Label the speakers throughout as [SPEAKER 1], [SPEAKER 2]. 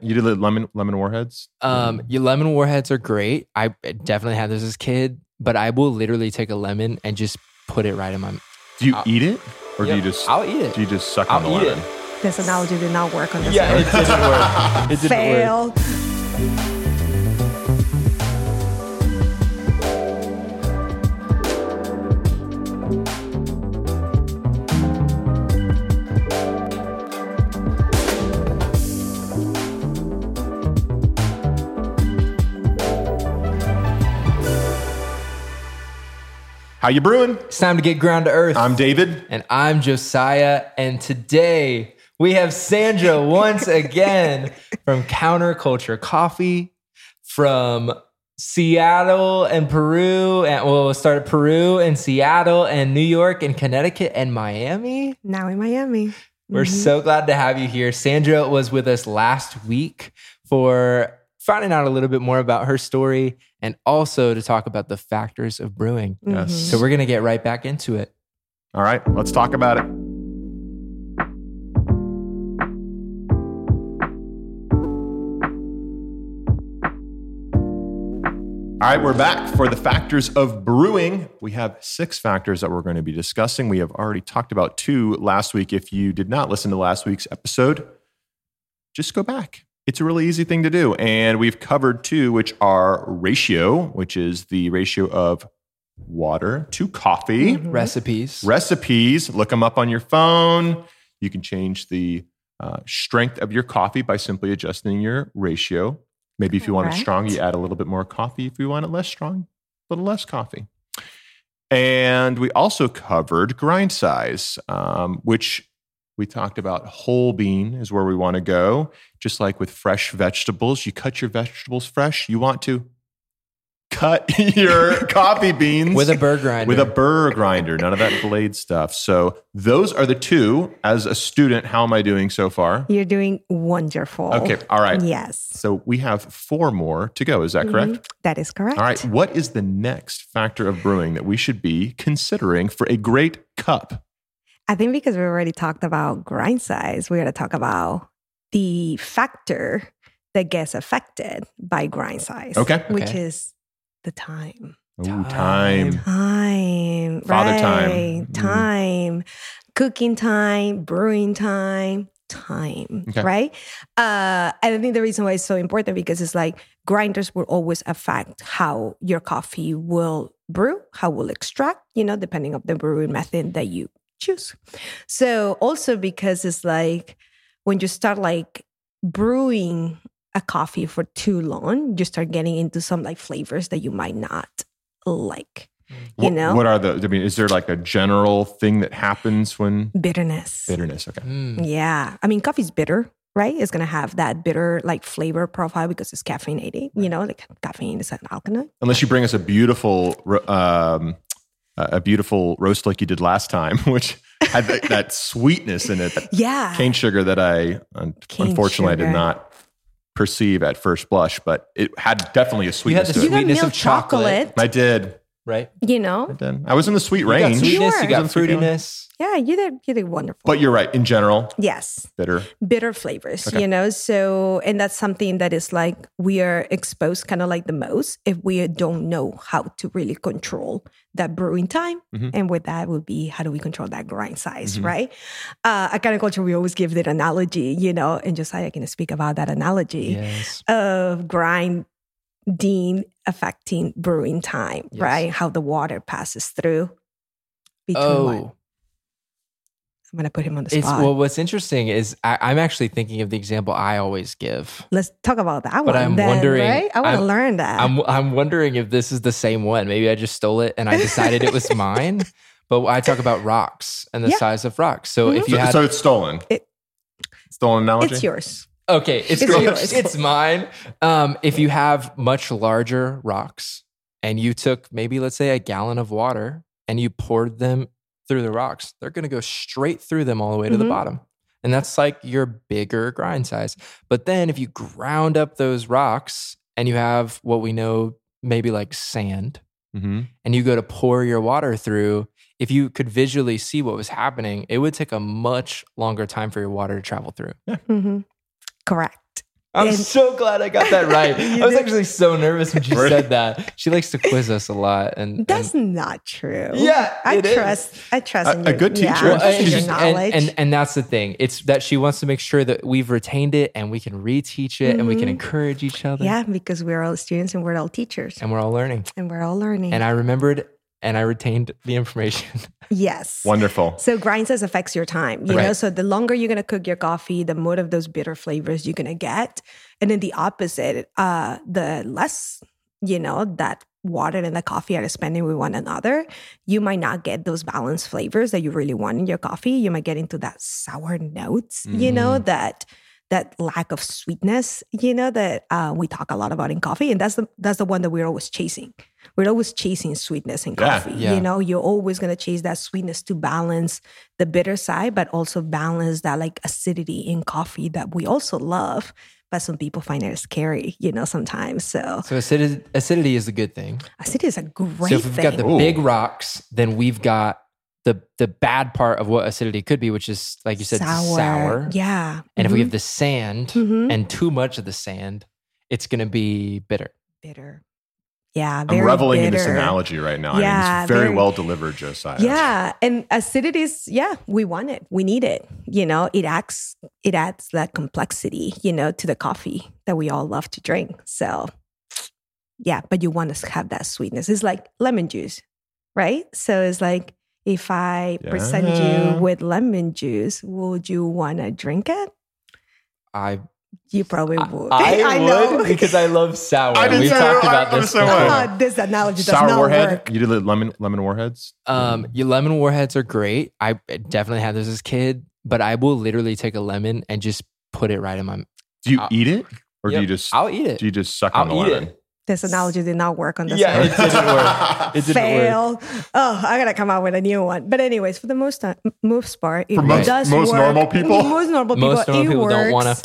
[SPEAKER 1] You did the lemon lemon warheads.
[SPEAKER 2] Um, your lemon warheads are great. I definitely had this as a kid, but I will literally take a lemon and just put it right in my.
[SPEAKER 1] Do you
[SPEAKER 2] I'll-
[SPEAKER 1] eat it, or do
[SPEAKER 2] Uh, Yeah,
[SPEAKER 1] you just
[SPEAKER 2] I'll eat it.
[SPEAKER 1] do you just suck on
[SPEAKER 2] I'll
[SPEAKER 1] the
[SPEAKER 2] eat
[SPEAKER 1] lemon?
[SPEAKER 3] This analogy did not work on this
[SPEAKER 2] Yeah,
[SPEAKER 3] one.
[SPEAKER 2] it didn't work. It didn't work.
[SPEAKER 3] Fail.
[SPEAKER 1] How you brewing?
[SPEAKER 2] It's time to get ground to earth.
[SPEAKER 1] I'm David.
[SPEAKER 2] and I'm Josiah, and today we have Sandra once again from Counterculture Coffee from Seattle and Peru, and well, we'll start at Peru and Seattle and New York and Connecticut and Miami.
[SPEAKER 3] Now in Miami.
[SPEAKER 2] We're
[SPEAKER 3] Mhm.
[SPEAKER 2] so glad to have you here. Sandra was with us last week for finding out a little bit more about her story and also to talk about the factors of brewing.
[SPEAKER 1] Yes.
[SPEAKER 3] Mhm.
[SPEAKER 2] So we're going to get right back into it.
[SPEAKER 3] Mm-hmm.
[SPEAKER 1] All right, let's talk about it. All right, we're back for the factors of brewing. We have six factors that we're going to be discussing. We have already talked about two last week. If you did not listen to last week's episode, just go back. It's a really easy thing to do. And we've covered two, which are ratio, which is the ratio of water to coffee
[SPEAKER 3] Mhm.
[SPEAKER 2] Recipes.
[SPEAKER 1] recipes. Look them up on your phone. You can change the uh, strength of your coffee by simply adjusting your ratio. Maybe if you want it strong, you add a little bit more coffee. If you want it less strong, a little less coffee. And we also covered grind size, um, which we talked about whole bean is where we want to go. Just like with fresh vegetables, you cut your vegetables fresh. You want to cut your coffee beans
[SPEAKER 2] with a burr grinder.
[SPEAKER 1] with a burr grinder, none of that blade stuff. So those are the two. As a student, how am I doing so far?
[SPEAKER 3] You're doing wonderful.
[SPEAKER 1] Okay, all right.
[SPEAKER 3] Yes. Mm-hmm.
[SPEAKER 1] So we have four more to go. Is that correct?
[SPEAKER 3] That is correct.
[SPEAKER 1] All right. What is the next factor of brewing that we should be considering for a great cup?
[SPEAKER 3] I think because we already talked about grind size, we got to talk about the factor that gets affected by grind size.
[SPEAKER 1] Okay.
[SPEAKER 3] Which
[SPEAKER 2] Okay.
[SPEAKER 3] is the time.
[SPEAKER 1] Ooh,
[SPEAKER 2] Time.
[SPEAKER 1] time.
[SPEAKER 3] Time.
[SPEAKER 1] Father time.
[SPEAKER 3] right,
[SPEAKER 1] Mhm.
[SPEAKER 3] Time. Cooking time, brewing time, time.
[SPEAKER 1] Okay.
[SPEAKER 3] Right? Uh, and I think the reason why it's so important because it's like grinders will always affect how your coffee will brew, how will extract, you know, depending on the brewing method that you choose. So also because it's like when you start like brewing a coffee for too long, you start getting into some like flavors that you might not like.
[SPEAKER 1] Wh-
[SPEAKER 3] You know?
[SPEAKER 1] What are the, I mean, is there like a general thing that happens when
[SPEAKER 3] Bitterness.
[SPEAKER 1] bitterness? Okay.
[SPEAKER 2] Mm.
[SPEAKER 3] Yeah. I mean, coffee's bitter, right? It's going to have that bitter like flavor profile because it's caffeinated. You know, like caffeine is an alkaloid.
[SPEAKER 1] Unless you bring us a beautiful, ro- um, a beautiful roast like you did last time, which had that, that sweetness in it, that
[SPEAKER 3] Yeah.
[SPEAKER 1] cane sugar that I un-
[SPEAKER 3] Uh, Cane
[SPEAKER 1] unfortunately I did
[SPEAKER 3] sugar.
[SPEAKER 1] not perceive at first blush, but it had definitely a
[SPEAKER 2] You had
[SPEAKER 1] sweetness
[SPEAKER 2] the
[SPEAKER 1] to it.
[SPEAKER 2] sweet-
[SPEAKER 3] you got
[SPEAKER 2] Sweetness
[SPEAKER 3] milk
[SPEAKER 2] of chocolate.
[SPEAKER 3] chocolate,
[SPEAKER 1] I did.
[SPEAKER 2] Right?
[SPEAKER 3] you
[SPEAKER 1] I
[SPEAKER 3] know?
[SPEAKER 1] did. I was in the sweet
[SPEAKER 2] You got
[SPEAKER 1] range.
[SPEAKER 2] sweetness,
[SPEAKER 3] Sure.
[SPEAKER 2] you got
[SPEAKER 1] Isn't sweet going?
[SPEAKER 2] fruitiness.
[SPEAKER 3] Yeah, you did you did wonderful.
[SPEAKER 1] But you're right. In general,
[SPEAKER 3] yes.
[SPEAKER 1] bitter.
[SPEAKER 3] bitter flavors,
[SPEAKER 1] Okay.
[SPEAKER 3] you know? So, and that's something that is like we are exposed kind of like the most if we don't know how to really control that brewing time.
[SPEAKER 1] Mhm.
[SPEAKER 3] And with that would be how do we control that grind size,
[SPEAKER 1] Mhm.
[SPEAKER 3] right? Uh, at kind of culture, we always give that analogy, you know, and Josiah can speak about that analogy
[SPEAKER 2] Yes.
[SPEAKER 3] of grinding affecting brewing time,
[SPEAKER 2] Yes.
[SPEAKER 3] right? How the water passes through. Between one.
[SPEAKER 2] Oh,
[SPEAKER 3] I'm gonna put him on the spot.
[SPEAKER 2] it's well. What's interesting is I, I'm actually thinking of the example I always give.
[SPEAKER 3] Let's talk about that one.
[SPEAKER 2] I'm
[SPEAKER 3] then,
[SPEAKER 2] wondering-
[SPEAKER 3] right? I want to
[SPEAKER 2] I'm-
[SPEAKER 3] learn that.
[SPEAKER 2] I'm I'm wondering if this is the same one. Maybe I just stole it and I decided it was mine. But I talk about rocks and the
[SPEAKER 3] Yeah. Mm-hmm.
[SPEAKER 2] size of rocks. So if you
[SPEAKER 1] So,
[SPEAKER 2] had
[SPEAKER 1] so it's stolen.
[SPEAKER 3] It-
[SPEAKER 1] stolen analogy.
[SPEAKER 3] It's yours.
[SPEAKER 2] Okay, it's
[SPEAKER 3] It's
[SPEAKER 2] great.
[SPEAKER 3] yours.
[SPEAKER 2] It's mine. Um, if you have much larger rocks and you took maybe let's say a gallon of water and you poured them through the rocks, they're going to go straight through them all the way to the
[SPEAKER 3] Mhm.
[SPEAKER 2] bottom. And that's like your bigger grind size. But then if you ground up those rocks and you have what we know maybe like sand
[SPEAKER 1] hmm
[SPEAKER 2] and you go to pour your water through, if you could visually see what was happening, it would take a much longer time for your water to travel through.
[SPEAKER 3] hmm Mm-hmm. Correct.
[SPEAKER 2] I'm
[SPEAKER 3] And-
[SPEAKER 2] so glad I got that right.
[SPEAKER 3] You
[SPEAKER 2] I was
[SPEAKER 3] did.
[SPEAKER 2] actually so nervous when she
[SPEAKER 1] Right.
[SPEAKER 2] said that. She likes to quiz us a lot, and and-
[SPEAKER 3] That's not true.
[SPEAKER 2] Yeah,
[SPEAKER 3] I
[SPEAKER 2] it is.
[SPEAKER 3] trust. I trust
[SPEAKER 1] A-
[SPEAKER 3] in
[SPEAKER 1] a
[SPEAKER 3] your,
[SPEAKER 1] good
[SPEAKER 3] yeah,
[SPEAKER 1] teacher.
[SPEAKER 3] I trust in
[SPEAKER 2] and,
[SPEAKER 3] your
[SPEAKER 1] just-
[SPEAKER 3] knowledge.
[SPEAKER 2] and, and and that's the thing. It's that she wants to make sure that we've retained it and we can reteach it and we can
[SPEAKER 3] Mhm.
[SPEAKER 2] encourage each other.
[SPEAKER 3] yeah, because we're all students and we're all teachers
[SPEAKER 2] And we're all learning.
[SPEAKER 3] and we're all learning.
[SPEAKER 2] And I remembered and I retained the information.
[SPEAKER 3] yes.
[SPEAKER 1] Wonderful.
[SPEAKER 3] So grind size affects your time, you know.
[SPEAKER 2] Right.
[SPEAKER 3] So the longer you're gonna cook your coffee, the more of those bitter flavors you're gonna get, and then the opposite, uh, the less you know that water and the coffee are spending with one another, you might not get those balanced flavors that you really want in your coffee. You might get into that sour notes, you know that that lack of sweetness, you know that uh, we talk a lot about in coffee, and that's the that's the one that we're always chasing. We're always chasing sweetness in
[SPEAKER 1] Yeah.
[SPEAKER 3] coffee.
[SPEAKER 2] Yeah.
[SPEAKER 3] You know, you're always gonna chase that sweetness to balance the bitter side, but also balance that like acidity in coffee that we also love. But some people find it scary, you know, sometimes. So
[SPEAKER 2] So acidity, acidity is a good thing.
[SPEAKER 3] acidity is a great
[SPEAKER 2] So if we've
[SPEAKER 3] thing.
[SPEAKER 2] got the
[SPEAKER 1] Ooh.
[SPEAKER 2] big rocks, then we've got the the bad part of what acidity could be, which is like you said, sour.
[SPEAKER 3] Yeah.
[SPEAKER 2] And if we
[SPEAKER 3] Mhm.
[SPEAKER 2] have the sand
[SPEAKER 3] Mhm.
[SPEAKER 2] and too much of the sand, it's going to be bitter.
[SPEAKER 3] bitter. Yeah.
[SPEAKER 1] I'm
[SPEAKER 3] Very
[SPEAKER 1] reveling in this
[SPEAKER 3] bitter.
[SPEAKER 1] analogy right now. I mean,
[SPEAKER 3] Yeah,
[SPEAKER 1] it's very,
[SPEAKER 3] very-
[SPEAKER 1] well delivered, Josiah.
[SPEAKER 3] Yeah, and acidity is yeah, we want it, we need it. You know, it acts, it adds that complexity, you know, to the coffee that we all love to drink. So, yeah, but you want to have that sweetness. It's like lemon juice, right? So it's like if I present
[SPEAKER 1] Yeah.
[SPEAKER 3] you with lemon juice, would you want to drink it?
[SPEAKER 2] I
[SPEAKER 3] You probably
[SPEAKER 2] I,
[SPEAKER 3] would.
[SPEAKER 2] I
[SPEAKER 3] know.
[SPEAKER 2] would because I love sour.
[SPEAKER 1] I didn't
[SPEAKER 2] We've
[SPEAKER 1] say-
[SPEAKER 2] talked
[SPEAKER 1] I
[SPEAKER 2] about
[SPEAKER 1] love
[SPEAKER 2] this.
[SPEAKER 1] sour.
[SPEAKER 2] before.
[SPEAKER 3] Oh, this analogy does
[SPEAKER 1] Sour
[SPEAKER 3] not
[SPEAKER 1] warhead.
[SPEAKER 3] work.
[SPEAKER 1] You did the lemon lemon warheads.
[SPEAKER 2] Um, your lemon warheads are great. I definitely had this as a kid, but I will literally take a lemon and just put it right in my.
[SPEAKER 1] do you
[SPEAKER 2] I'll-
[SPEAKER 1] eat it, or do
[SPEAKER 2] Uh, Yep,
[SPEAKER 1] you just
[SPEAKER 2] I'll eat it.
[SPEAKER 1] do you just suck on
[SPEAKER 2] I'll
[SPEAKER 1] the
[SPEAKER 2] eat
[SPEAKER 1] lemon?
[SPEAKER 2] it.
[SPEAKER 3] This analogy did not work on this
[SPEAKER 2] Yeah,
[SPEAKER 3] one.
[SPEAKER 2] it didn't work. It didn't work.
[SPEAKER 3] fail. Oh, I gotta come out with a new one. But anyways, for the most ti- most part, it
[SPEAKER 1] For most-
[SPEAKER 3] does
[SPEAKER 1] most
[SPEAKER 3] work.
[SPEAKER 1] normal people?
[SPEAKER 3] most normal people,
[SPEAKER 2] Most normal
[SPEAKER 3] it
[SPEAKER 2] people
[SPEAKER 3] works.
[SPEAKER 2] don't wanna-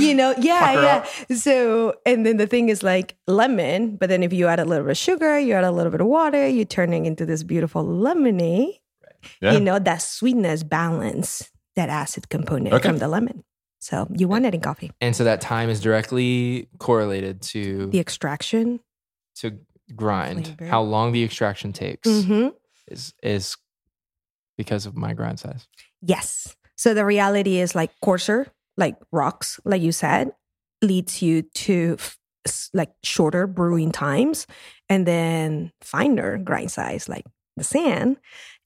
[SPEAKER 3] you know, yeah,
[SPEAKER 1] Pucker
[SPEAKER 3] yeah. So, and then the thing is like lemon, but then if you add a little bit of sugar, you add a little bit of water, you're turning into this beautiful lemonade.
[SPEAKER 1] Yeah.
[SPEAKER 3] You know that sweetness balance that acid component
[SPEAKER 1] Okay.
[SPEAKER 3] from the lemon. So you want it in coffee.
[SPEAKER 2] And so that time is directly correlated to
[SPEAKER 3] The extraction.
[SPEAKER 2] to grind.
[SPEAKER 3] Flavor.
[SPEAKER 2] How long the extraction takes
[SPEAKER 3] hmm
[SPEAKER 2] is is because of my grind size.
[SPEAKER 3] Yes. So the reality is like coarser, like rocks, like you said, leads you to f- s- like shorter brewing times and then finer grind size, like the sand,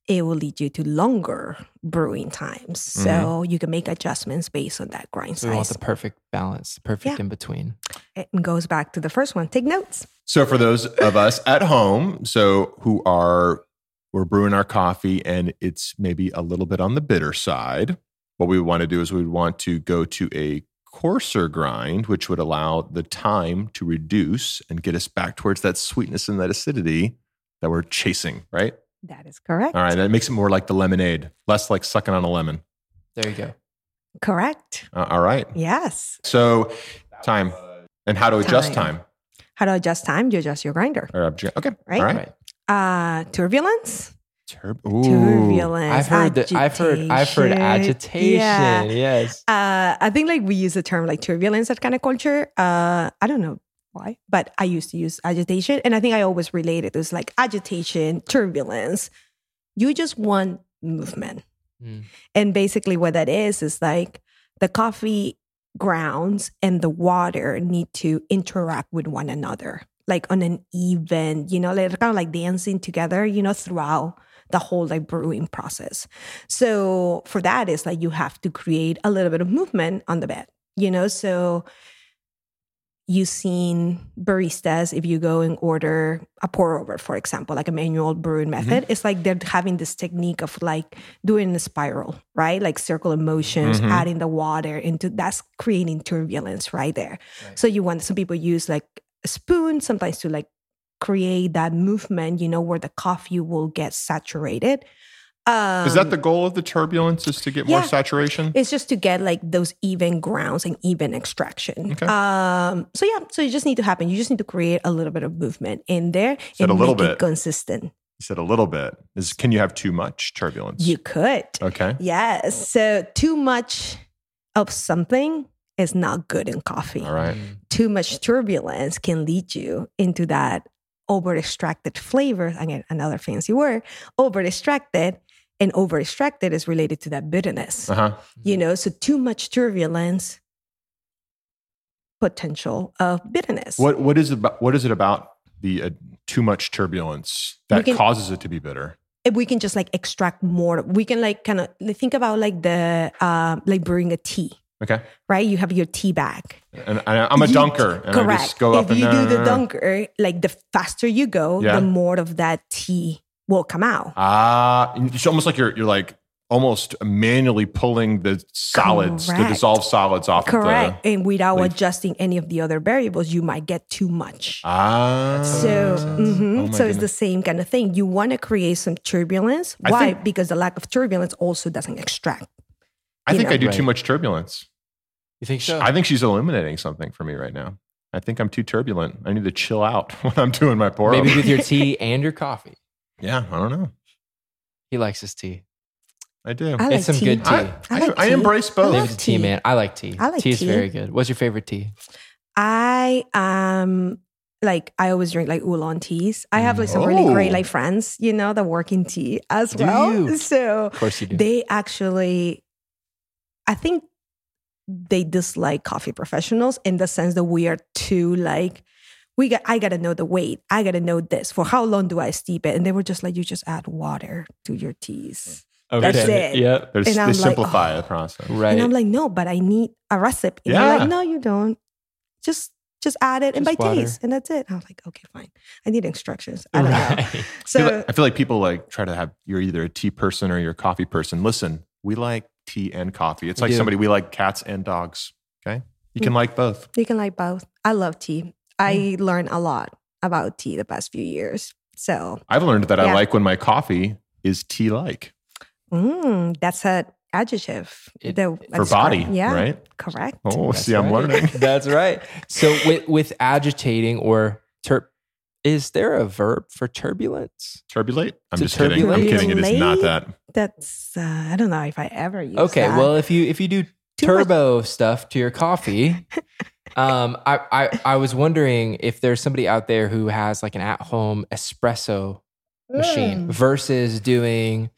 [SPEAKER 3] it will lead you to longer brewing times. So you can make adjustments based on that grind
[SPEAKER 2] So we want
[SPEAKER 3] size.
[SPEAKER 2] the perfect balance, the perfect
[SPEAKER 3] Yeah.
[SPEAKER 2] in between.
[SPEAKER 3] It goes back to the first one. Take notes.
[SPEAKER 1] So for those of us at home, so who are we're brewing our coffee and it's maybe a little bit on the bitter side, what we would want to do is we'd want to go to a coarser grind, which would allow the time to reduce and get us back towards that sweetness and that acidity that we're chasing, right?
[SPEAKER 3] That is correct.
[SPEAKER 1] All right, that makes it more like the lemonade, less like sucking on a lemon.
[SPEAKER 2] There you go.
[SPEAKER 3] Correct.
[SPEAKER 1] Uh, all right.
[SPEAKER 3] Yes.
[SPEAKER 1] So time and how to adjust
[SPEAKER 3] Time.
[SPEAKER 1] time.
[SPEAKER 3] How to adjust time? You adjust your grinder.
[SPEAKER 1] Or object. Okay.
[SPEAKER 3] Right.
[SPEAKER 1] All right.
[SPEAKER 2] Right.
[SPEAKER 3] Uh, turbulence.
[SPEAKER 1] Turb- Ooh.
[SPEAKER 3] turbulence.
[SPEAKER 2] I've heard that. I've heard. I've heard agitation.
[SPEAKER 3] Yeah.
[SPEAKER 2] Yes.
[SPEAKER 3] Uh, I think like we use the term like turbulence that kind of culture. Uh, I don't know why, but I used to use agitation, and I think I always related it was like agitation, turbulence. You just want movement,
[SPEAKER 2] Mm.
[SPEAKER 3] and basically what that is is like the coffee grounds and the water need to interact with one another like on an even you know like kind of like dancing together you know throughout the whole like brewing process. So for that is like you have to create a little bit of movement on the bed, you know. So you've seen baristas if you go and order a pour over, for example, like a manual brewing method. It's like they're having this technique of like doing a spiral, right? Like circular motions,
[SPEAKER 1] Mhm.
[SPEAKER 3] adding the water into that's creating turbulence right there.
[SPEAKER 2] Right.
[SPEAKER 3] So you want some people use like a spoon sometimes to like create that movement, you know, where the coffee will get saturated. Um,
[SPEAKER 1] Is that the goal of the turbulence? Is to get more
[SPEAKER 3] yeah.
[SPEAKER 1] saturation?
[SPEAKER 3] It's just to get like those even grounds and even extraction.
[SPEAKER 1] Okay.
[SPEAKER 3] Um, so yeah, so you just need to happen. You just need to create a little bit of movement in there
[SPEAKER 1] Said
[SPEAKER 3] and
[SPEAKER 1] a little
[SPEAKER 3] make it
[SPEAKER 1] bit.
[SPEAKER 3] consistent.
[SPEAKER 1] you said a little bit. Is can you have too much turbulence?
[SPEAKER 3] You could.
[SPEAKER 1] okay.
[SPEAKER 3] Yes. So too much of something is not good in coffee.
[SPEAKER 1] All right.
[SPEAKER 3] Too much turbulence can lead you into that over extracted flavor. Again, another fancy word over extracted. And over extracted is related to that bitterness.
[SPEAKER 1] Uh huh.
[SPEAKER 3] You know, so too much turbulence, potential of bitterness.
[SPEAKER 1] What what is about what is it about the uh, too much turbulence
[SPEAKER 3] We
[SPEAKER 1] that
[SPEAKER 3] can-
[SPEAKER 1] causes it to be bitter?
[SPEAKER 3] if we can just like extract more we can like kind of think about like the um like brewing a tea
[SPEAKER 1] Okay.
[SPEAKER 3] right you have your tea bag
[SPEAKER 1] And, and I'm a
[SPEAKER 3] You-
[SPEAKER 1] dunker, and I just go
[SPEAKER 3] if
[SPEAKER 1] up and
[SPEAKER 3] you
[SPEAKER 1] no,
[SPEAKER 3] do
[SPEAKER 1] no,
[SPEAKER 3] the
[SPEAKER 1] no, no.
[SPEAKER 3] dunker like the faster you go
[SPEAKER 1] Yeah.
[SPEAKER 3] the more of that tea will come out
[SPEAKER 1] Ah, and it's almost like you're you're like almost manually pulling the solids, the
[SPEAKER 3] Correct.
[SPEAKER 1] dissolved solids off. Of
[SPEAKER 3] correct
[SPEAKER 1] the,
[SPEAKER 3] and without
[SPEAKER 1] leaf.
[SPEAKER 3] adjusting any of the other variables you might get too much
[SPEAKER 1] ah.
[SPEAKER 3] so, mhm.
[SPEAKER 1] Oh my
[SPEAKER 3] so it's the
[SPEAKER 1] goodness.
[SPEAKER 3] same kind of thing. You want to create some turbulence.
[SPEAKER 1] I
[SPEAKER 3] Why?
[SPEAKER 1] think-
[SPEAKER 3] because the lack of turbulence also doesn't extract.
[SPEAKER 1] I
[SPEAKER 3] you
[SPEAKER 1] think
[SPEAKER 3] know.
[SPEAKER 1] I do too
[SPEAKER 2] Right.
[SPEAKER 1] much turbulence.
[SPEAKER 2] You think so?
[SPEAKER 1] I think she's illuminating something for me right now. I think I'm too turbulent. I need to chill out when I'm doing my pour.
[SPEAKER 2] Maybe
[SPEAKER 1] over.
[SPEAKER 2] with your tea and your coffee.
[SPEAKER 1] Yeah, I don't know.
[SPEAKER 2] He likes his tea.
[SPEAKER 1] I do.
[SPEAKER 3] I
[SPEAKER 1] I,
[SPEAKER 3] like
[SPEAKER 2] some
[SPEAKER 3] tea.
[SPEAKER 2] good tea.
[SPEAKER 1] I,
[SPEAKER 3] I like tea.
[SPEAKER 1] embrace
[SPEAKER 3] I
[SPEAKER 1] both.
[SPEAKER 3] love
[SPEAKER 2] David's a tea
[SPEAKER 3] tea.
[SPEAKER 2] man. I like tea.
[SPEAKER 3] I like
[SPEAKER 2] tea. is
[SPEAKER 3] tea.
[SPEAKER 2] very good. What's your favorite tea?
[SPEAKER 3] I um like I always drink like oolong teas. I have like some
[SPEAKER 1] Oh.
[SPEAKER 3] really great like friends, you know, that work in tea as
[SPEAKER 2] Do
[SPEAKER 3] well.
[SPEAKER 2] you?
[SPEAKER 3] So
[SPEAKER 2] Of course you do.
[SPEAKER 3] they actually I think they dislike coffee professionals in the sense that we are too like we got I gotta know the weight. I gotta know this. For how long do I steep it? And they were just like, you just add water to your teas. That's it.
[SPEAKER 2] Yep.
[SPEAKER 1] There's-
[SPEAKER 3] And I'm
[SPEAKER 1] they
[SPEAKER 3] like,
[SPEAKER 1] simplify
[SPEAKER 3] oh.
[SPEAKER 1] the process.
[SPEAKER 2] Right.
[SPEAKER 3] And I'm like, no, but I need a recipe. And they're
[SPEAKER 1] Yeah.
[SPEAKER 3] like, no, you don't. Just just add it and by
[SPEAKER 2] Just water.
[SPEAKER 3] taste. And that's it. I was like, okay, fine. I need instructions. I don't know.
[SPEAKER 2] Right.
[SPEAKER 1] I feel
[SPEAKER 3] So
[SPEAKER 1] like- I feel like people like try to have you're either a tea person or you're a coffee person. Listen, we like tea and coffee. It's
[SPEAKER 2] We
[SPEAKER 1] like
[SPEAKER 2] do.
[SPEAKER 1] somebody we like cats and dogs. Okay, you
[SPEAKER 3] Mm.
[SPEAKER 1] can like both.
[SPEAKER 2] "Uh."
[SPEAKER 3] you can like both. I love tea. I learned a lot about tea the past few years. So
[SPEAKER 1] I've learned that I
[SPEAKER 3] Yeah.
[SPEAKER 1] like when my coffee is tea like
[SPEAKER 3] mm, that's an adjective.
[SPEAKER 2] It-
[SPEAKER 3] The-
[SPEAKER 1] for
[SPEAKER 3] that's
[SPEAKER 1] body,
[SPEAKER 3] correct. Yeah.
[SPEAKER 1] right?
[SPEAKER 3] Correct.
[SPEAKER 1] Oh,
[SPEAKER 2] That's
[SPEAKER 1] see, I'm
[SPEAKER 2] right.
[SPEAKER 1] learning.
[SPEAKER 2] That's right. So with with agitating or tur is there a verb for turbulence?
[SPEAKER 1] Turbulate. I'm
[SPEAKER 2] To
[SPEAKER 1] just kidding. I'm
[SPEAKER 2] turbulate.
[SPEAKER 1] kidding. It is not that.
[SPEAKER 3] That's uh, I don't know if I ever use
[SPEAKER 2] Okay,
[SPEAKER 3] that.
[SPEAKER 2] well if you if you do
[SPEAKER 3] Too much-
[SPEAKER 2] turbo stuff to your coffee, um I, I I was wondering if there's somebody out there who has like an at-home espresso machine
[SPEAKER 3] Mm.
[SPEAKER 2] versus doing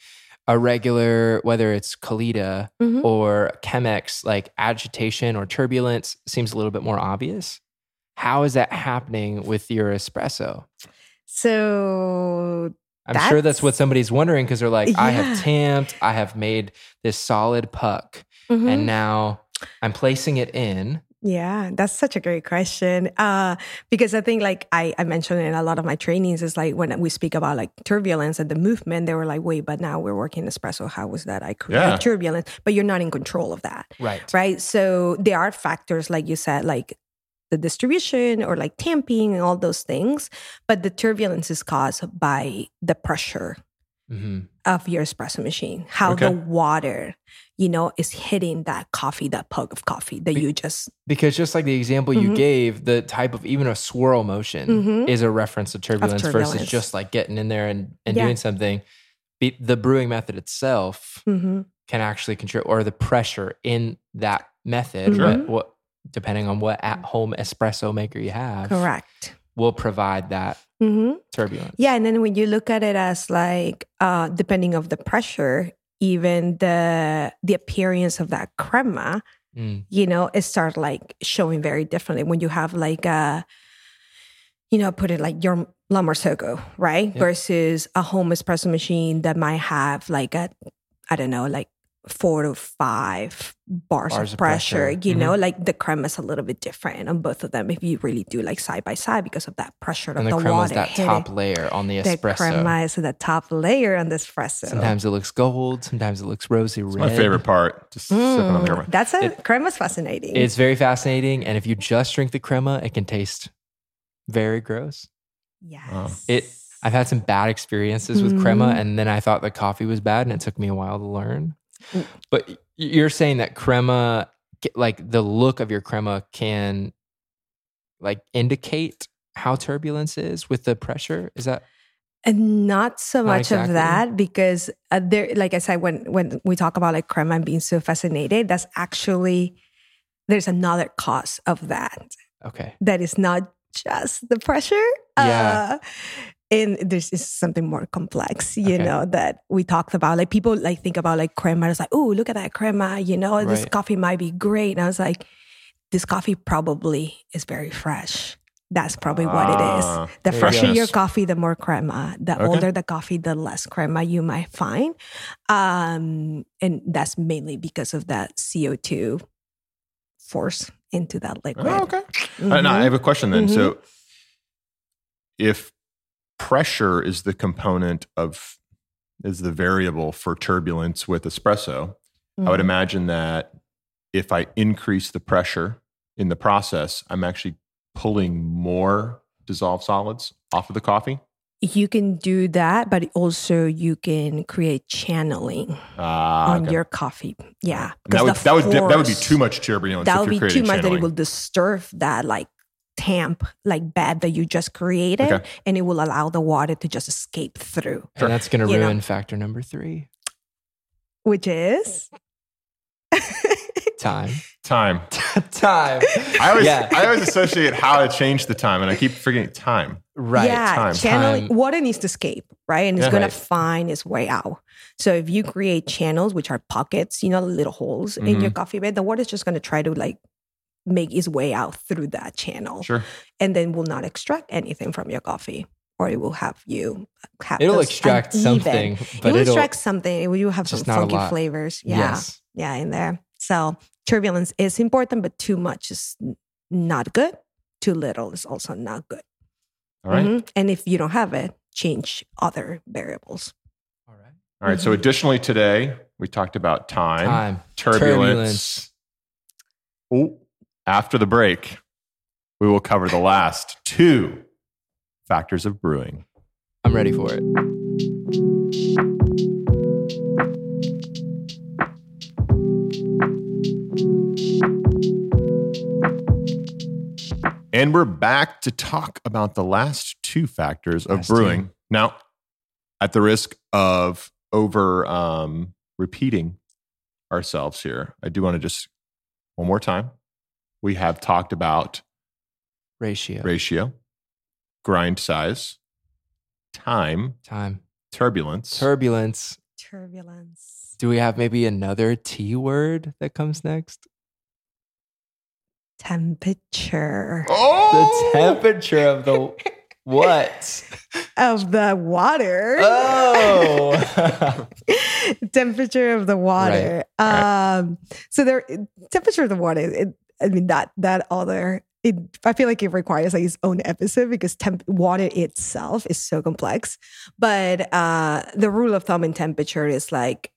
[SPEAKER 2] a regular whether it's Kalita
[SPEAKER 3] Mhm.
[SPEAKER 2] or Chemex like agitation or turbulence seems a little bit more obvious. How is that happening with your espresso?
[SPEAKER 3] So
[SPEAKER 2] I'm sure that's
[SPEAKER 3] That's-
[SPEAKER 2] what somebody's wondering because they're like, I have
[SPEAKER 3] Yeah.
[SPEAKER 2] tamped, I have made this solid puck,
[SPEAKER 3] mhm.
[SPEAKER 2] and now I'm placing it in.
[SPEAKER 3] Yeah, that's such a great question. Uh, because I think, like I, I mentioned in a lot of my trainings, is like when we speak about like turbulence and the movement, they were like, "Wait, but now we're working espresso. How was that? I created
[SPEAKER 1] Yeah.
[SPEAKER 3] turbulence, but you're not in control of that,
[SPEAKER 2] Right.
[SPEAKER 3] right? So there are factors, like you said, like the distribution or like tamping and all those things, but the turbulence is caused by the pressure
[SPEAKER 2] hmm
[SPEAKER 3] of your espresso machine, how
[SPEAKER 1] Okay.
[SPEAKER 3] the water, you know, is hitting that coffee, that pug of coffee that
[SPEAKER 2] Be-
[SPEAKER 3] you just
[SPEAKER 2] Because just like the example you
[SPEAKER 3] Mhm.
[SPEAKER 2] gave, the type of even a swirl motion
[SPEAKER 3] Mhm.
[SPEAKER 2] is a reference to turbulence, versus
[SPEAKER 3] turbulence.
[SPEAKER 2] just like getting in there and, and
[SPEAKER 3] Yeah.
[SPEAKER 2] doing something. Be, the brewing method itself
[SPEAKER 3] Mhm.
[SPEAKER 2] can actually contribute, or the pressure in that method,
[SPEAKER 3] Sure.
[SPEAKER 1] Mm-hmm.
[SPEAKER 2] what, what, depending on what at home espresso maker you have,
[SPEAKER 3] Correct.
[SPEAKER 2] will provide that
[SPEAKER 3] hmm
[SPEAKER 2] turbulence.
[SPEAKER 3] Yeah, and then when you look at it as like uh, depending of the pressure, even the the appearance of that crema,
[SPEAKER 2] Mm.
[SPEAKER 3] you know, it starts like showing very differently when you have like a, you know, put it like your La Marzocco, right,
[SPEAKER 2] Yeah.
[SPEAKER 3] versus a home espresso machine that might have like a, I don't know, like four to five
[SPEAKER 2] Bars
[SPEAKER 3] bars, of
[SPEAKER 2] of
[SPEAKER 3] pressure,
[SPEAKER 2] pressure. Mm-hmm.
[SPEAKER 3] you know like the crema is a little bit different on both of them if you really do like side by side because of that pressure of
[SPEAKER 2] and the,
[SPEAKER 3] the,
[SPEAKER 2] crema
[SPEAKER 3] water
[SPEAKER 2] is that
[SPEAKER 3] hitting
[SPEAKER 2] top layer on the
[SPEAKER 3] the
[SPEAKER 2] espresso.
[SPEAKER 3] crema is the top layer on the espresso.
[SPEAKER 2] Sometimes it looks gold, sometimes it looks rosy red.
[SPEAKER 1] It's my favorite part. Just sipping on the
[SPEAKER 3] Mm,
[SPEAKER 1] camera.
[SPEAKER 3] that's a
[SPEAKER 2] It-
[SPEAKER 3] crema's fascinating.
[SPEAKER 2] It's very fascinating, and if you just drink the crema, it can taste very gross.
[SPEAKER 3] yes.
[SPEAKER 2] It. I've had some bad experiences with crema,
[SPEAKER 3] Mhm.
[SPEAKER 2] and then I thought the coffee was bad, and it took me a while to learn.
[SPEAKER 3] Mm.
[SPEAKER 2] But y- you're saying that crema, like the look of your crema, can like indicate how turbulence is with the pressure. Is that
[SPEAKER 3] and not so
[SPEAKER 2] Not
[SPEAKER 3] much
[SPEAKER 2] exactly.
[SPEAKER 3] of that because uh, there, like I said, when when we talk about like crema and being so fascinated, that's actually there's another cause of that
[SPEAKER 2] Okay.
[SPEAKER 3] that is not just the pressure.
[SPEAKER 2] Yeah.
[SPEAKER 3] Uh, and there's is something more complex, you
[SPEAKER 2] Okay.
[SPEAKER 3] know, that we talked about. Like people like think about like crema. It's like, oh, look at that crema. You know, this
[SPEAKER 2] Right.
[SPEAKER 3] coffee might be great. And I was like, this coffee probably is very fresh. That's probably what it
[SPEAKER 1] Ah,
[SPEAKER 3] is. The
[SPEAKER 2] there you
[SPEAKER 3] fresher
[SPEAKER 1] go.
[SPEAKER 3] your coffee, the more crema. The
[SPEAKER 1] Okay.
[SPEAKER 3] older the coffee, the less crema you might find. Um, and that's mainly because of that CO2 force into that liquid.
[SPEAKER 1] Oh, okay.
[SPEAKER 3] Mm-hmm.
[SPEAKER 1] Uh, no, I have a question then. So, if pressure is the component of is the variable for turbulence with espresso,
[SPEAKER 3] Mm-hmm.
[SPEAKER 1] I would imagine that if I increase the pressure in the process, I'm actually pulling more dissolved solids off of the coffee.
[SPEAKER 3] you can do that, but also you can create channeling
[SPEAKER 1] Ah,
[SPEAKER 3] on
[SPEAKER 1] okay.
[SPEAKER 3] your coffee. Yeah,
[SPEAKER 1] And that would that would that would be too much turbulence.
[SPEAKER 3] That
[SPEAKER 1] if
[SPEAKER 3] would
[SPEAKER 1] you're
[SPEAKER 3] be too
[SPEAKER 1] creating
[SPEAKER 3] much that
[SPEAKER 1] channeling.
[SPEAKER 3] it will disturb that like tamp, like bed that you just created,
[SPEAKER 1] Okay.
[SPEAKER 3] and it will allow the water to just escape through,
[SPEAKER 1] Sure.
[SPEAKER 2] And that's going to
[SPEAKER 3] You know.
[SPEAKER 2] ruin factor number three
[SPEAKER 3] which is
[SPEAKER 2] time.
[SPEAKER 1] time.
[SPEAKER 2] time.
[SPEAKER 1] I always
[SPEAKER 2] Yeah.
[SPEAKER 1] I always associate how to change the time, and I keep forgetting time.
[SPEAKER 2] Right.
[SPEAKER 3] yeah,
[SPEAKER 1] time.
[SPEAKER 3] channeling
[SPEAKER 2] Time.
[SPEAKER 3] water needs to escape, right? And it's
[SPEAKER 1] Yeah.
[SPEAKER 3] gonna
[SPEAKER 2] Right.
[SPEAKER 3] find its way out. So if you create channels, which are pockets, you know, little holes in
[SPEAKER 2] Mm-hmm.
[SPEAKER 3] your coffee bed, the water's just gonna try to like make its way out through that channel,
[SPEAKER 1] Sure.
[SPEAKER 3] and then will not extract anything from your coffee, or it will have you have
[SPEAKER 2] It'll
[SPEAKER 3] those
[SPEAKER 2] extract
[SPEAKER 3] uneven-
[SPEAKER 2] something,
[SPEAKER 3] It
[SPEAKER 2] but
[SPEAKER 3] will
[SPEAKER 2] it'll.
[SPEAKER 3] extract something. It will, you have some
[SPEAKER 2] just not a
[SPEAKER 3] funky
[SPEAKER 2] lot.
[SPEAKER 3] flavors. Yeah,
[SPEAKER 2] Yes.
[SPEAKER 3] yeah, in there. So turbulence is important, but too much is n- not good. Too little is also not good.
[SPEAKER 1] All
[SPEAKER 2] Mm-hmm.
[SPEAKER 1] right.
[SPEAKER 3] Mhm. And if you don't have it, change other variables.
[SPEAKER 2] All right.
[SPEAKER 1] All right. So, additionally, today we talked about time,
[SPEAKER 2] Time.
[SPEAKER 1] turbulence. Oh, after the break, we will cover the last two factors of brewing.
[SPEAKER 2] I'm ready for it.
[SPEAKER 1] And we're back to talk about the last two factors of
[SPEAKER 2] Last two.
[SPEAKER 1] brewing. Now, at the risk of over um, repeating ourselves here, I do want to just one more time. We have talked about
[SPEAKER 2] Ratio.
[SPEAKER 1] ratio, grind size, time,
[SPEAKER 2] time.
[SPEAKER 1] turbulence.
[SPEAKER 2] Turbulence.
[SPEAKER 3] Turbulence.
[SPEAKER 2] Do we have maybe another T word that comes next?
[SPEAKER 3] Temperature
[SPEAKER 1] oh,
[SPEAKER 2] The temperature of the what?
[SPEAKER 3] of the water.
[SPEAKER 2] Oh.
[SPEAKER 3] temperature of the water. Um, So there, temperature of the water. It, I mean that that other. It, I feel like it requires like its own episode because temp- water itself is so complex. But uh, the rule of thumb in temperature is like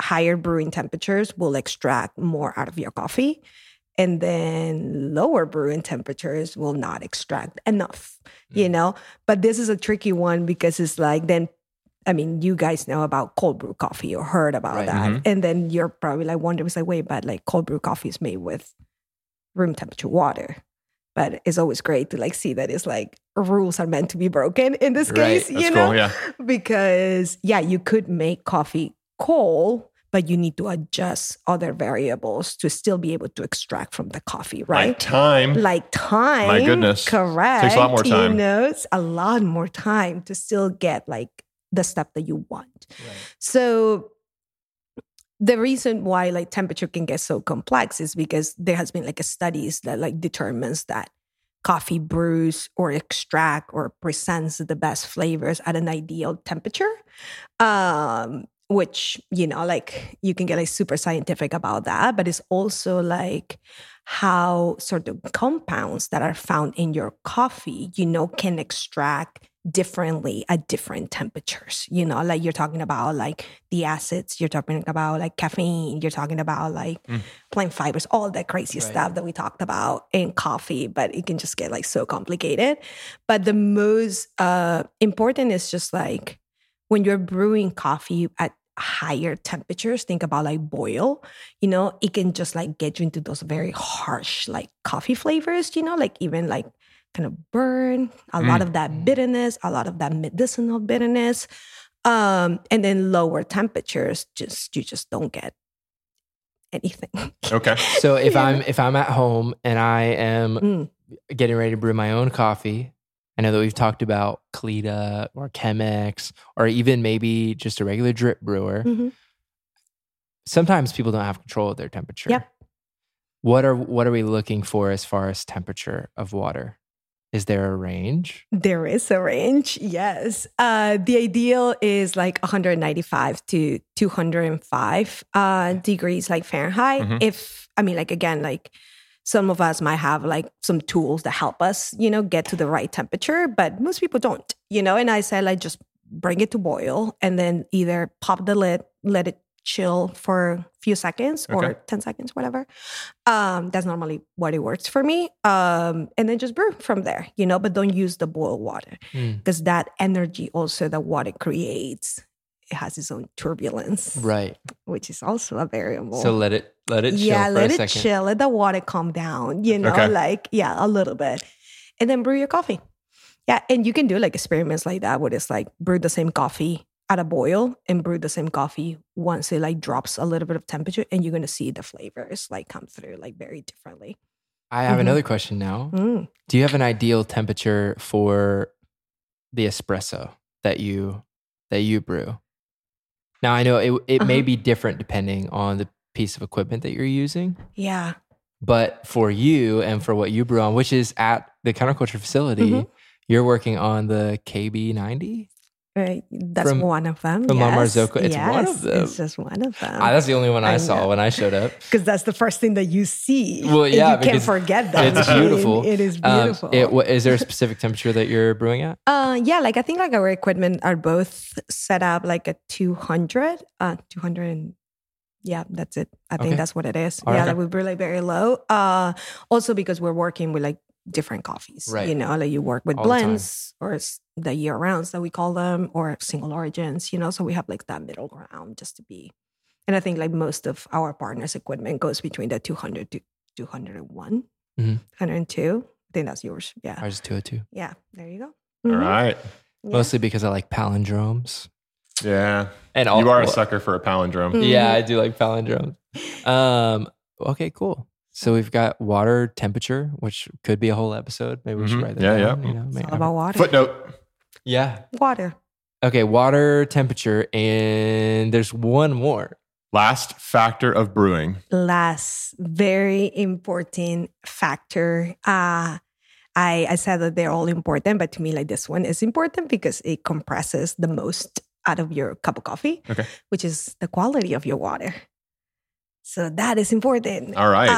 [SPEAKER 3] higher brewing temperatures will extract more out of your coffee, and then lower brewing temperatures will not extract enough. You
[SPEAKER 2] Mm.
[SPEAKER 3] know, but this is a tricky one because it's like then I mean, you guys know about cold brew coffee or heard about
[SPEAKER 2] Right. mm-hmm.
[SPEAKER 3] that. And then you're probably like wondering, it's like, wait, but like cold brew coffee is made with room temperature water. But it's always great to like see that it's like rules are meant to be broken in this
[SPEAKER 2] Right.
[SPEAKER 3] case,
[SPEAKER 1] that's
[SPEAKER 3] you
[SPEAKER 1] cool.
[SPEAKER 3] know?
[SPEAKER 1] Yeah.
[SPEAKER 3] Because yeah, you could make coffee cold, but you need to adjust other variables to still be able to extract from the coffee, right?
[SPEAKER 1] Like time.
[SPEAKER 3] like time.
[SPEAKER 1] My goodness. Takes a
[SPEAKER 3] Correct.
[SPEAKER 1] lot more time.
[SPEAKER 3] You know, it's a lot more time to still get like the stuff that you want. So the reason why like temperature can get so complex is because there has been like a studies that like determines that coffee brews or extract or presents the best flavors at an ideal temperature. Um which you know like you can get like super scientific about that but it's also like how certain compounds that are found in your coffee you know can extract differently at different temperatures you know like you're talking about like the acids you're talking about like caffeine you're talking about like
[SPEAKER 1] Mm.
[SPEAKER 3] plant fibers all that crazy
[SPEAKER 2] Right.
[SPEAKER 3] stuff that we talked about in coffee but it can just get like so complicated but the most uh important is just like when you're brewing coffee at higher temperatures think about like boil you know it can just like get you into those very harsh like coffee flavors you know like even like kind of burn a lot
[SPEAKER 1] Mm.
[SPEAKER 3] of
[SPEAKER 2] Mm.
[SPEAKER 3] that bitterness a lot of that medicinal bitterness um and then lower temperatures just you just don't get anything.
[SPEAKER 1] Okay.
[SPEAKER 2] So if
[SPEAKER 3] Yeah.
[SPEAKER 2] I'm if I'm at home and I am
[SPEAKER 3] Mm.
[SPEAKER 2] getting ready to brew my own coffee, I know that we've talked about Kalita or Chemex or even maybe just a regular drip brewer.
[SPEAKER 3] Mhm.
[SPEAKER 2] Sometimes people don't have control of their temperature.
[SPEAKER 3] Yep.
[SPEAKER 2] What are what are we looking for as far as temperature of water? Is there a range?
[SPEAKER 3] There is a range, yes. Uh, the ideal is like 195 to 205 uh, degrees, like Fahrenheit.
[SPEAKER 1] Mhm.
[SPEAKER 3] If I mean, like again, like some of us might have like some tools that help us, you know, get to the right temperature, but most people don't, you know. And I said, like, just bring it to boil and then either pop the lid, let it chill for a few seconds or
[SPEAKER 1] Okay.
[SPEAKER 3] 10 seconds, whatever. Um, that's normally what it works for me. Um, and then just brew from there, you know, but don't use the boiled water
[SPEAKER 2] Mm.
[SPEAKER 3] because that energy also that water creates, it has its own turbulence,
[SPEAKER 2] Right.
[SPEAKER 3] which is also a variable.
[SPEAKER 2] So let it let it chill
[SPEAKER 3] yeah,
[SPEAKER 2] for
[SPEAKER 3] let
[SPEAKER 2] a
[SPEAKER 3] it
[SPEAKER 2] second.
[SPEAKER 3] chill, let the water calm down, you know,
[SPEAKER 1] Okay.
[SPEAKER 3] like, yeah, a little bit. And then brew your coffee. Yeah. And you can do like experiments like that where it's like brew the same coffee at a boil and brew the same coffee once it like drops a little bit of temperature and you're going to see the flavors like come through like very differently.
[SPEAKER 2] I have
[SPEAKER 3] Mhm.
[SPEAKER 2] another question now.
[SPEAKER 3] Mm.
[SPEAKER 2] Do you have an ideal temperature for the espresso that you that you brew? Now I know it it may
[SPEAKER 3] Uh-huh.
[SPEAKER 2] be different depending on the piece of equipment that you're using,
[SPEAKER 3] Yeah.
[SPEAKER 2] but for you and for what you brew on, which is at the counterculture facility,
[SPEAKER 3] Mhm.
[SPEAKER 2] you're working on the KB90.
[SPEAKER 3] Right. That's
[SPEAKER 2] From-
[SPEAKER 3] one of them.
[SPEAKER 2] from La
[SPEAKER 3] yes.
[SPEAKER 2] Marzocco. It's one of
[SPEAKER 3] Yes,
[SPEAKER 2] them.
[SPEAKER 3] It's just one of them.
[SPEAKER 2] Ah, that's the only one I,
[SPEAKER 3] Oh, I
[SPEAKER 2] saw
[SPEAKER 3] know.
[SPEAKER 2] when I showed up.
[SPEAKER 3] because that's the first thing that you see.
[SPEAKER 2] Well,
[SPEAKER 3] And
[SPEAKER 2] yeah,
[SPEAKER 3] you can't
[SPEAKER 2] because
[SPEAKER 3] forget that.
[SPEAKER 1] it's
[SPEAKER 3] I mean,
[SPEAKER 2] beautiful.
[SPEAKER 3] it is
[SPEAKER 2] Um,
[SPEAKER 3] beautiful.
[SPEAKER 2] it, wha- is there a specific temperature that you're brewing at?
[SPEAKER 3] Uh, yeah, like I think like our equipment are both set up like a 200, uh, 200 and yeah, that's it. I think
[SPEAKER 2] Okay.
[SPEAKER 3] that's what it is.
[SPEAKER 2] All
[SPEAKER 3] yeah,
[SPEAKER 2] right.
[SPEAKER 3] like we brew like very low. Uh, also because we're working with like different coffees,
[SPEAKER 2] Right.
[SPEAKER 3] you know, like you work with
[SPEAKER 2] All the time.
[SPEAKER 3] blends or s- the year rounds that we call them or single origins, you know, so we have like that middle ground just to be. And I think like most of our partners' equipment goes between the 200 to 201,
[SPEAKER 2] Mhm.
[SPEAKER 3] 102. I think that's yours. Yeah.
[SPEAKER 2] Ours is 202.
[SPEAKER 3] Uh, Yeah. There you go.
[SPEAKER 1] All
[SPEAKER 3] Mhm.
[SPEAKER 1] right.
[SPEAKER 3] Yeah.
[SPEAKER 2] Mostly because I like palindromes.
[SPEAKER 1] Yeah.
[SPEAKER 2] And
[SPEAKER 1] You are a
[SPEAKER 2] well,
[SPEAKER 1] sucker for a palindrome.
[SPEAKER 3] Mm.
[SPEAKER 2] Yeah,
[SPEAKER 3] Mhm.
[SPEAKER 2] I do like palindromes. Um, okay, cool. So we've got water temperature, which could be a whole episode. Maybe we should
[SPEAKER 1] Mhm.
[SPEAKER 2] write that
[SPEAKER 1] Yeah,
[SPEAKER 2] down.
[SPEAKER 1] yeah.
[SPEAKER 2] You know,
[SPEAKER 3] It's
[SPEAKER 2] make-
[SPEAKER 3] all about water.
[SPEAKER 1] Footnote.
[SPEAKER 2] yeah.
[SPEAKER 3] Water.
[SPEAKER 2] Okay, water temperature, and there's one more.
[SPEAKER 1] Last factor of brewing.
[SPEAKER 3] Last very important factor. Uh, I, I said that they're all important, but to me, like this one is important because it compresses the most out of your cup of coffee,
[SPEAKER 1] Okay.
[SPEAKER 3] which is the quality of your water. So that is important.
[SPEAKER 1] All right.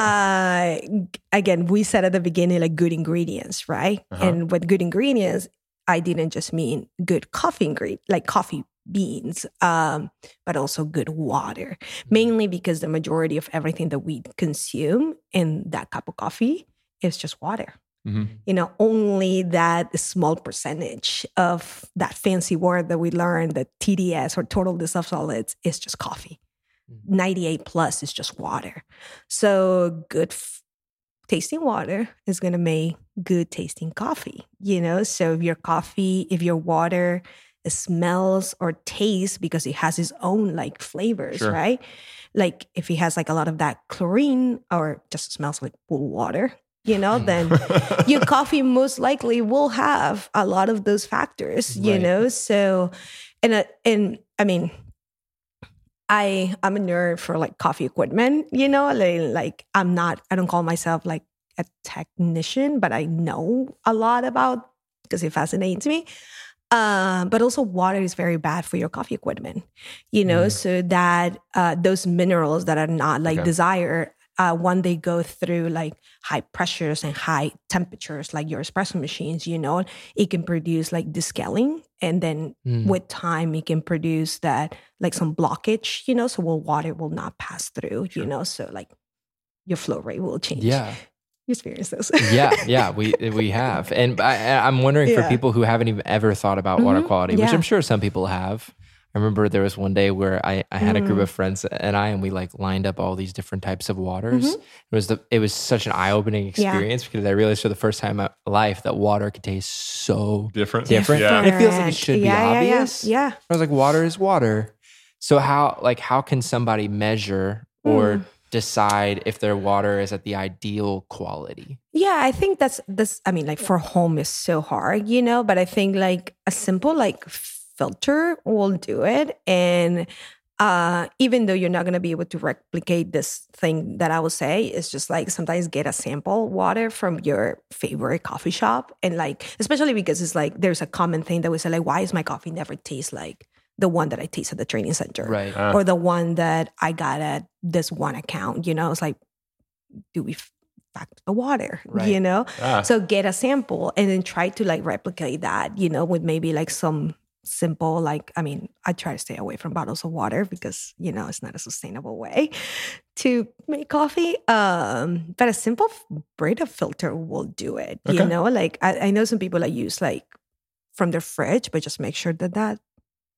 [SPEAKER 3] Uh, again, we said at the beginning, like good ingredients, right?
[SPEAKER 1] Uh-huh.
[SPEAKER 3] And with good ingredients, I didn't just mean good coffee ingredient, like coffee beans, um, but also good water.
[SPEAKER 1] Hmm.
[SPEAKER 3] Mainly because the majority of everything that we consume in that cup of coffee is just water.
[SPEAKER 1] Mhm.
[SPEAKER 3] You know, only that small percentage of that fancy word that we learned, the TDS or total dissolved solids, is just coffee. 98 plus is just water. So good f- tasting water is going to make good tasting coffee, you know? So if your coffee, if your water smells or tastes because it has its own like flavors,
[SPEAKER 1] Sure.
[SPEAKER 3] right? Like if it has like a lot of that chlorine or just smells like pool water, you know,
[SPEAKER 2] Mm.
[SPEAKER 3] then your coffee most likely will have a lot of those factors you
[SPEAKER 2] Right.
[SPEAKER 3] know so and uh, and i mean i i'm a nerd for like coffee equipment you know like, like i'm not i don't call myself like a technician but i know a lot about because it fascinates me um, but also water is very bad for your coffee equipment you know
[SPEAKER 2] Mm.
[SPEAKER 3] so that uh, those minerals that are not like
[SPEAKER 1] Okay.
[SPEAKER 3] desired uh, when they go through like high pressures and high temperatures like your espresso machines you know it can produce like descaling and then
[SPEAKER 2] Mm.
[SPEAKER 3] with time it can produce that like some blockage you know so well water will not pass through you know so like your flow rate will change
[SPEAKER 2] Yeah,
[SPEAKER 3] you experience those
[SPEAKER 2] yeah, yeah. We we have, and I, I'm wondering for
[SPEAKER 3] Yeah.
[SPEAKER 2] people who haven't even ever thought about water
[SPEAKER 3] Mhm.
[SPEAKER 2] quality, which
[SPEAKER 3] Yeah.
[SPEAKER 2] I'm sure some people have. I remember there was one day where I, I had a group
[SPEAKER 3] Mhm.
[SPEAKER 2] of friends and I and we like lined up all these different types of waters.
[SPEAKER 3] Mm-hmm.
[SPEAKER 2] It was the it was such an eye opening experience because I realized for the first time in my life that water could taste so.
[SPEAKER 1] Different.
[SPEAKER 2] Different.
[SPEAKER 1] Yeah.
[SPEAKER 2] It feels like it should be
[SPEAKER 3] yeah, yeah, yeah.
[SPEAKER 2] obvious.
[SPEAKER 3] yeah. Mm.
[SPEAKER 2] I was like, water is water. So how like how can somebody measure or decide if their water is at the ideal quality.
[SPEAKER 3] Yeah, I think that's this. I mean, like for home is so hard, you know. But I think like a simple like filter will do it. And uh, even though you're not gonna be able to replicate this thing that I will say, it's just like sometimes get a sample water from your favorite coffee shop, and like especially because it's like there's a common thing that we say like, why is my coffee never taste like the one that I taste at the training center?
[SPEAKER 2] Right.
[SPEAKER 1] Uh.
[SPEAKER 3] or the one that I got at this one account. You know, it's like, do we f- fact the water?
[SPEAKER 2] Right.
[SPEAKER 3] You know,
[SPEAKER 1] Ah,
[SPEAKER 3] so get a sample and then try to like replicate that. You know, with maybe like some simple like I mean, I try to stay away from bottles of water because you know it's not a sustainable way to make coffee. Um, but a simple f- Brita filter will do it. You
[SPEAKER 1] Okay.
[SPEAKER 3] know, like I, I know some people that use like from their fridge, but just make sure that that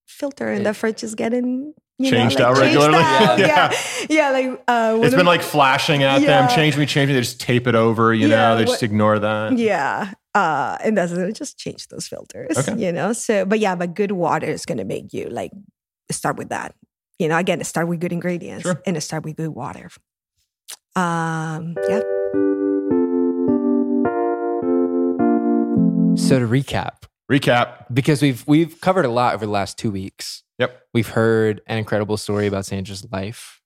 [SPEAKER 3] filter in the
[SPEAKER 2] It-
[SPEAKER 3] fridge is getting you
[SPEAKER 1] Changed
[SPEAKER 3] know,
[SPEAKER 1] out
[SPEAKER 3] like,
[SPEAKER 1] regularly?
[SPEAKER 3] Out.
[SPEAKER 1] Yeah.
[SPEAKER 3] Yeah. yeah, like uh, one
[SPEAKER 1] it's
[SPEAKER 3] of-
[SPEAKER 1] been like flashing at
[SPEAKER 3] Yeah.
[SPEAKER 1] them. Change me, change me. They just tape it over. You
[SPEAKER 3] Yeah,
[SPEAKER 1] know, they just
[SPEAKER 3] what-
[SPEAKER 1] ignore that.
[SPEAKER 3] yeah. Uh, and that's it. Just change those filters,
[SPEAKER 1] Okay.
[SPEAKER 3] you know? So, but yeah, but good water is going to make you like start with that. You know, again, start with good ingredients
[SPEAKER 1] Sure.
[SPEAKER 3] and start with good water. Um, yeah.
[SPEAKER 2] So to recap,
[SPEAKER 1] Recap.
[SPEAKER 2] because we've we've covered a lot over the last two weeks.
[SPEAKER 1] Yep.
[SPEAKER 2] We've heard an incredible story about Sandra's life,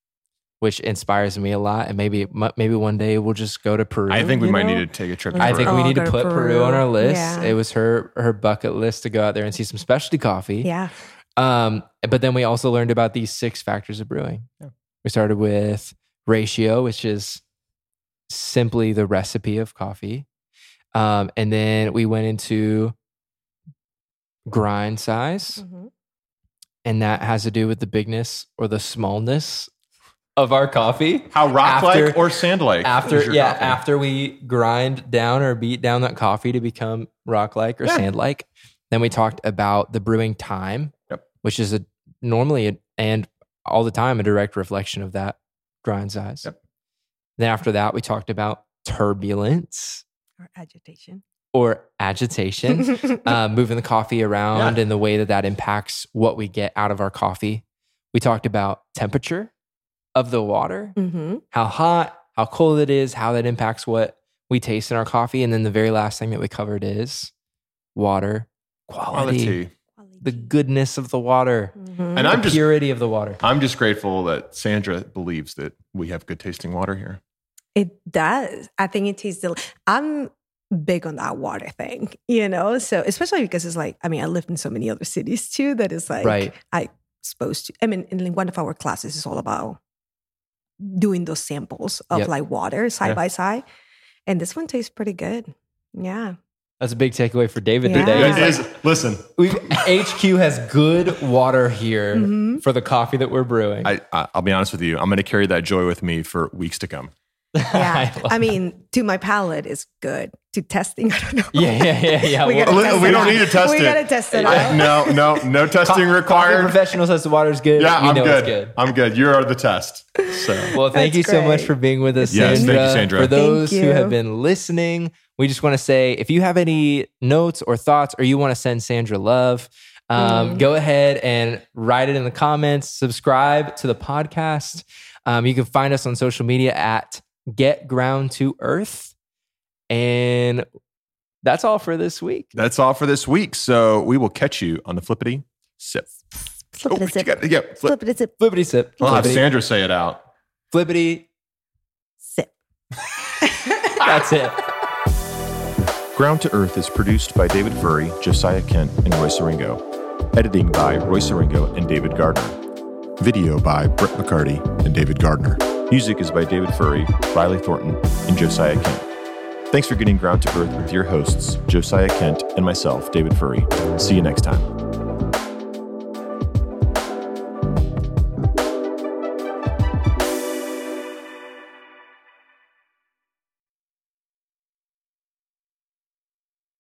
[SPEAKER 2] which inspires me a lot. And maybe maybe one day we'll just go to Peru.
[SPEAKER 1] I think we
[SPEAKER 2] you
[SPEAKER 1] might
[SPEAKER 2] know?
[SPEAKER 1] need to take a trip. To
[SPEAKER 2] I think we
[SPEAKER 3] Oh,
[SPEAKER 2] need to
[SPEAKER 3] go to
[SPEAKER 2] put Peru.
[SPEAKER 3] Peru.
[SPEAKER 2] on our list.
[SPEAKER 3] Yeah.
[SPEAKER 2] It was her her bucket list to go out there and see some specialty coffee.
[SPEAKER 3] Yeah.
[SPEAKER 2] Um, but then we also learned about these six factors of brewing.
[SPEAKER 1] Yeah.
[SPEAKER 2] We started with ratio, which is simply the recipe of coffee. Um, and then we went into grind size,
[SPEAKER 3] Mhm.
[SPEAKER 2] and that has to do with the bigness or the smallness of our coffee.
[SPEAKER 1] How rock like
[SPEAKER 2] After-
[SPEAKER 1] or sand like?
[SPEAKER 2] After yeah, after we grind down or beat down that coffee to become rock like or
[SPEAKER 1] Yeah.
[SPEAKER 2] sand like, then we talked about the brewing time,
[SPEAKER 1] Yep.
[SPEAKER 2] which is a normally a, and all the time a direct reflection of that grind size.
[SPEAKER 1] Yep.
[SPEAKER 2] Then after that, we talked about turbulence
[SPEAKER 3] Or agitation.
[SPEAKER 2] or agitation, uh, moving the coffee around
[SPEAKER 1] Yeah.
[SPEAKER 2] and the way that that impacts what we get out of our coffee. We talked about temperature of the water
[SPEAKER 3] Mhm.
[SPEAKER 2] how hot, how cold it is, how that impacts what we taste in our coffee. And then the very last thing that we covered is water
[SPEAKER 1] Oh,
[SPEAKER 2] quality,
[SPEAKER 1] quality.
[SPEAKER 2] the goodness of the water,
[SPEAKER 3] Mhm.
[SPEAKER 1] And I'm
[SPEAKER 2] the
[SPEAKER 1] just
[SPEAKER 2] purity of the water.
[SPEAKER 1] I'm just grateful that Sandra believes that we have good tasting water here.
[SPEAKER 3] It does. I think it tastes del- I'm big on that water thing, you know? So especially because it's like, I mean, I lived in so many other cities too that it's like
[SPEAKER 2] Right.
[SPEAKER 3] I supposed to I mean in one of our classes is all about doing those samples of
[SPEAKER 2] Yep.
[SPEAKER 3] like water side
[SPEAKER 1] Yeah.
[SPEAKER 3] by side. And this one tastes pretty good. Yeah.
[SPEAKER 2] That's a big takeaway for David
[SPEAKER 3] Yeah.
[SPEAKER 2] today.
[SPEAKER 3] It
[SPEAKER 2] He's like,
[SPEAKER 1] is. Listen,
[SPEAKER 2] We've, HQ has good water here
[SPEAKER 3] Mhm.
[SPEAKER 2] for the coffee that we're brewing.
[SPEAKER 1] I, I I'll be honest with you. I'm going to carry that joy with me for weeks to come.
[SPEAKER 3] Yeah.
[SPEAKER 2] I love-
[SPEAKER 3] I, mean, to my palate is good. To testing, I don't know.
[SPEAKER 2] yeah, yeah, yeah, yeah.
[SPEAKER 3] We,
[SPEAKER 2] Well,
[SPEAKER 3] gotta
[SPEAKER 1] we-
[SPEAKER 3] test
[SPEAKER 1] we
[SPEAKER 3] it
[SPEAKER 1] don't
[SPEAKER 3] out.
[SPEAKER 1] need to test
[SPEAKER 3] We
[SPEAKER 1] it.
[SPEAKER 3] gotta test it
[SPEAKER 1] I-
[SPEAKER 3] out.
[SPEAKER 1] no, no, no testing
[SPEAKER 2] coffee
[SPEAKER 1] required.
[SPEAKER 2] professional says the water's good.
[SPEAKER 1] Yeah,
[SPEAKER 2] we
[SPEAKER 1] I'm
[SPEAKER 2] know
[SPEAKER 1] good.
[SPEAKER 2] it's good.
[SPEAKER 1] I'm good. You are the test. So
[SPEAKER 2] Well, thank
[SPEAKER 3] That's
[SPEAKER 2] you so much
[SPEAKER 3] great.
[SPEAKER 2] for being with us,
[SPEAKER 1] Yes, thank
[SPEAKER 2] Sandra.
[SPEAKER 1] you, Sandra.
[SPEAKER 2] For
[SPEAKER 1] Thank
[SPEAKER 2] those who
[SPEAKER 3] you.
[SPEAKER 2] have been listening, we just want to say if you have any notes or thoughts, or you want to send Sandra love, um,
[SPEAKER 3] Mhm.
[SPEAKER 2] go ahead and write it in the comments. Subscribe to the podcast. Um, you can find us on social media at Get Ground to Earth, and that's all for this week.
[SPEAKER 1] that's all for this week. So we will catch you on the flippity sip.
[SPEAKER 3] Flip it,
[SPEAKER 1] Oh,
[SPEAKER 3] it's
[SPEAKER 1] you
[SPEAKER 3] it.
[SPEAKER 1] got- yeah, flip.
[SPEAKER 3] Flip it, it's it.
[SPEAKER 2] Flippity sip,
[SPEAKER 1] I'll have
[SPEAKER 2] flippity,
[SPEAKER 1] Sandra say it out.
[SPEAKER 2] flippity.
[SPEAKER 3] Sip.
[SPEAKER 2] That's it.
[SPEAKER 1] Ground to Earth is produced by David Furry, Josiah Kent, and Roy Saringo. Editing by Roy Saringo and David Gardner. Video by Brett McCarty and David Gardner. Music is by David Furry, Riley Thornton, and Josiah Kent. Thanks for getting Ground to Earth with your hosts, Josiah Kent and myself, David Furry. See you next time.